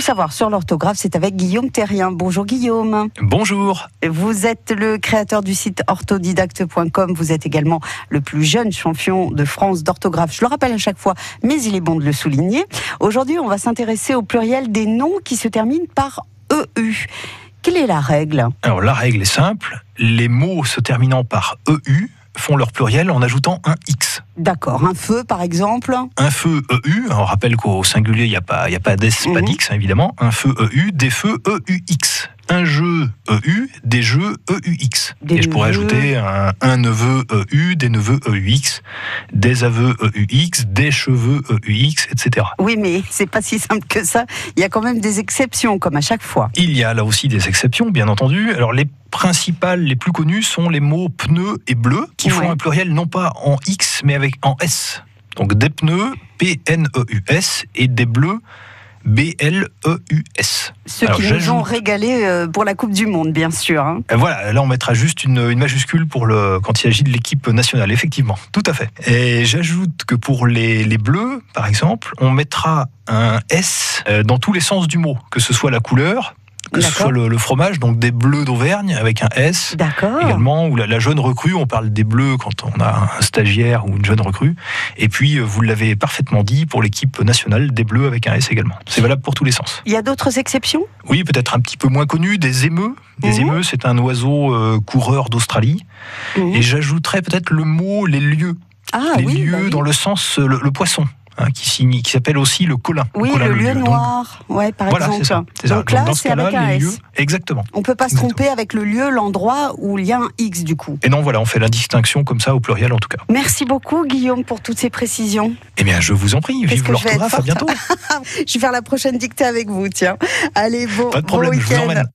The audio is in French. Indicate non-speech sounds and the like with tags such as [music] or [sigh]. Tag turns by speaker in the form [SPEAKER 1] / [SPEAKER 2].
[SPEAKER 1] savoir sur l'orthographe, c'est avec Guillaume Terrien. Bonjour Guillaume.
[SPEAKER 2] Bonjour.
[SPEAKER 1] Vous êtes le créateur du site orthodidacte.com. Vous êtes également le plus jeune champion de France d'orthographe. Je le rappelle à chaque fois, mais il est bon de le souligner. Aujourd'hui, on va s'intéresser au pluriel des noms qui se terminent par EU. Quelle est la règle
[SPEAKER 2] Alors la règle est simple, les mots se terminant par EU font leur pluriel en ajoutant un X.
[SPEAKER 1] D'accord, un feu par exemple
[SPEAKER 2] Un feu EU, on rappelle qu'au singulier il n'y a pas, il y a pas d'S, pas
[SPEAKER 1] Mhm.
[SPEAKER 2] d'X hein, évidemment, un feu EU, des feux EUX. Un jeu EU, des jeux EUX.
[SPEAKER 1] Des
[SPEAKER 2] Et je pourrais
[SPEAKER 1] neveux.
[SPEAKER 2] ajouter un, un neveu EU, des neveux EUX, des aveux EUX, des cheveux E EUX, etc.
[SPEAKER 1] Oui, mais [laughs] c'est pas si simple que ça. Il y a quand même des exceptions, comme à chaque fois.
[SPEAKER 2] Il y a là aussi des exceptions, bien entendu. Alors les principales, les plus connues sont les mots pneus et bleu, qui
[SPEAKER 1] Ouais.
[SPEAKER 2] font un pluriel non pas en X, mais avec en S. Donc des pneus, P-N-E-U-S, et des bleus, B-L-E-U-S.
[SPEAKER 1] Ceux
[SPEAKER 2] Alors,
[SPEAKER 1] qui nous ont
[SPEAKER 2] j'ajoute-
[SPEAKER 1] régalés euh, pour la Coupe du Monde, bien sûr. hein.
[SPEAKER 2] Et Voilà, là on mettra juste une, une majuscule pour le, quand il s'agit de l'équipe nationale, effectivement, tout à fait. Et j'ajoute que pour les, les bleus, par exemple, on mettra un S euh, dans tous les sens du mot, que ce soit la couleur, que ce
[SPEAKER 1] D'accord.
[SPEAKER 2] soit le, le fromage, donc des bleus d'Auvergne avec un S,
[SPEAKER 1] D'accord.
[SPEAKER 2] également, ou la, la jeune recrue, on parle des bleus quand on a un stagiaire ou une jeune recrue. Et puis, euh, vous l'avez parfaitement dit, pour l'équipe nationale, des bleus avec un S également. C'est valable pour tous les sens.
[SPEAKER 1] Il y a d'autres exceptions
[SPEAKER 2] Oui, peut-être un petit peu moins connu, des émeux. Des
[SPEAKER 1] Mhm.
[SPEAKER 2] émeux, c'est un oiseau euh, coureur d'Australie.
[SPEAKER 1] Mhm.
[SPEAKER 2] Et j'ajouterais peut-être le mot les lieux.
[SPEAKER 1] Ah
[SPEAKER 2] les
[SPEAKER 1] oui,
[SPEAKER 2] lieux
[SPEAKER 1] bah oui.
[SPEAKER 2] dans le sens, euh, le, le poisson, hein, qui, signifie- qui s'appelle aussi le colin.
[SPEAKER 1] Oui,
[SPEAKER 2] colin
[SPEAKER 1] le lieu
[SPEAKER 2] lieu. Donc,
[SPEAKER 1] noir, ouais, par
[SPEAKER 2] Voilà,
[SPEAKER 1] exemple.
[SPEAKER 2] c'est ça. c'est ça.
[SPEAKER 1] Donc là,
[SPEAKER 2] dans ce
[SPEAKER 1] c'est avec
[SPEAKER 2] cas-là,
[SPEAKER 1] un
[SPEAKER 2] les
[SPEAKER 1] S.
[SPEAKER 2] lieux. Exactement.
[SPEAKER 1] On peut pas se
[SPEAKER 2] Exactement.
[SPEAKER 1] tromper avec le lieu, l'endroit ou il y a un X du coup.
[SPEAKER 2] Et non, voilà, on fait la distinction comme ça, au pluriel en tout cas.
[SPEAKER 1] Merci beaucoup Guillaume pour toutes ces précisions.
[SPEAKER 2] Eh bien, je vous en prie,
[SPEAKER 1] Est-ce
[SPEAKER 2] vive
[SPEAKER 1] que je vais être
[SPEAKER 2] [laughs] l'orthographe, à
[SPEAKER 1] forte
[SPEAKER 2] bientôt.
[SPEAKER 1] Je vais faire la prochaine dictée avec vous, tiens. Allez, bon,
[SPEAKER 2] Pas de
[SPEAKER 1] bon
[SPEAKER 2] problème, je vous
[SPEAKER 1] week-end.
[SPEAKER 2] emmène.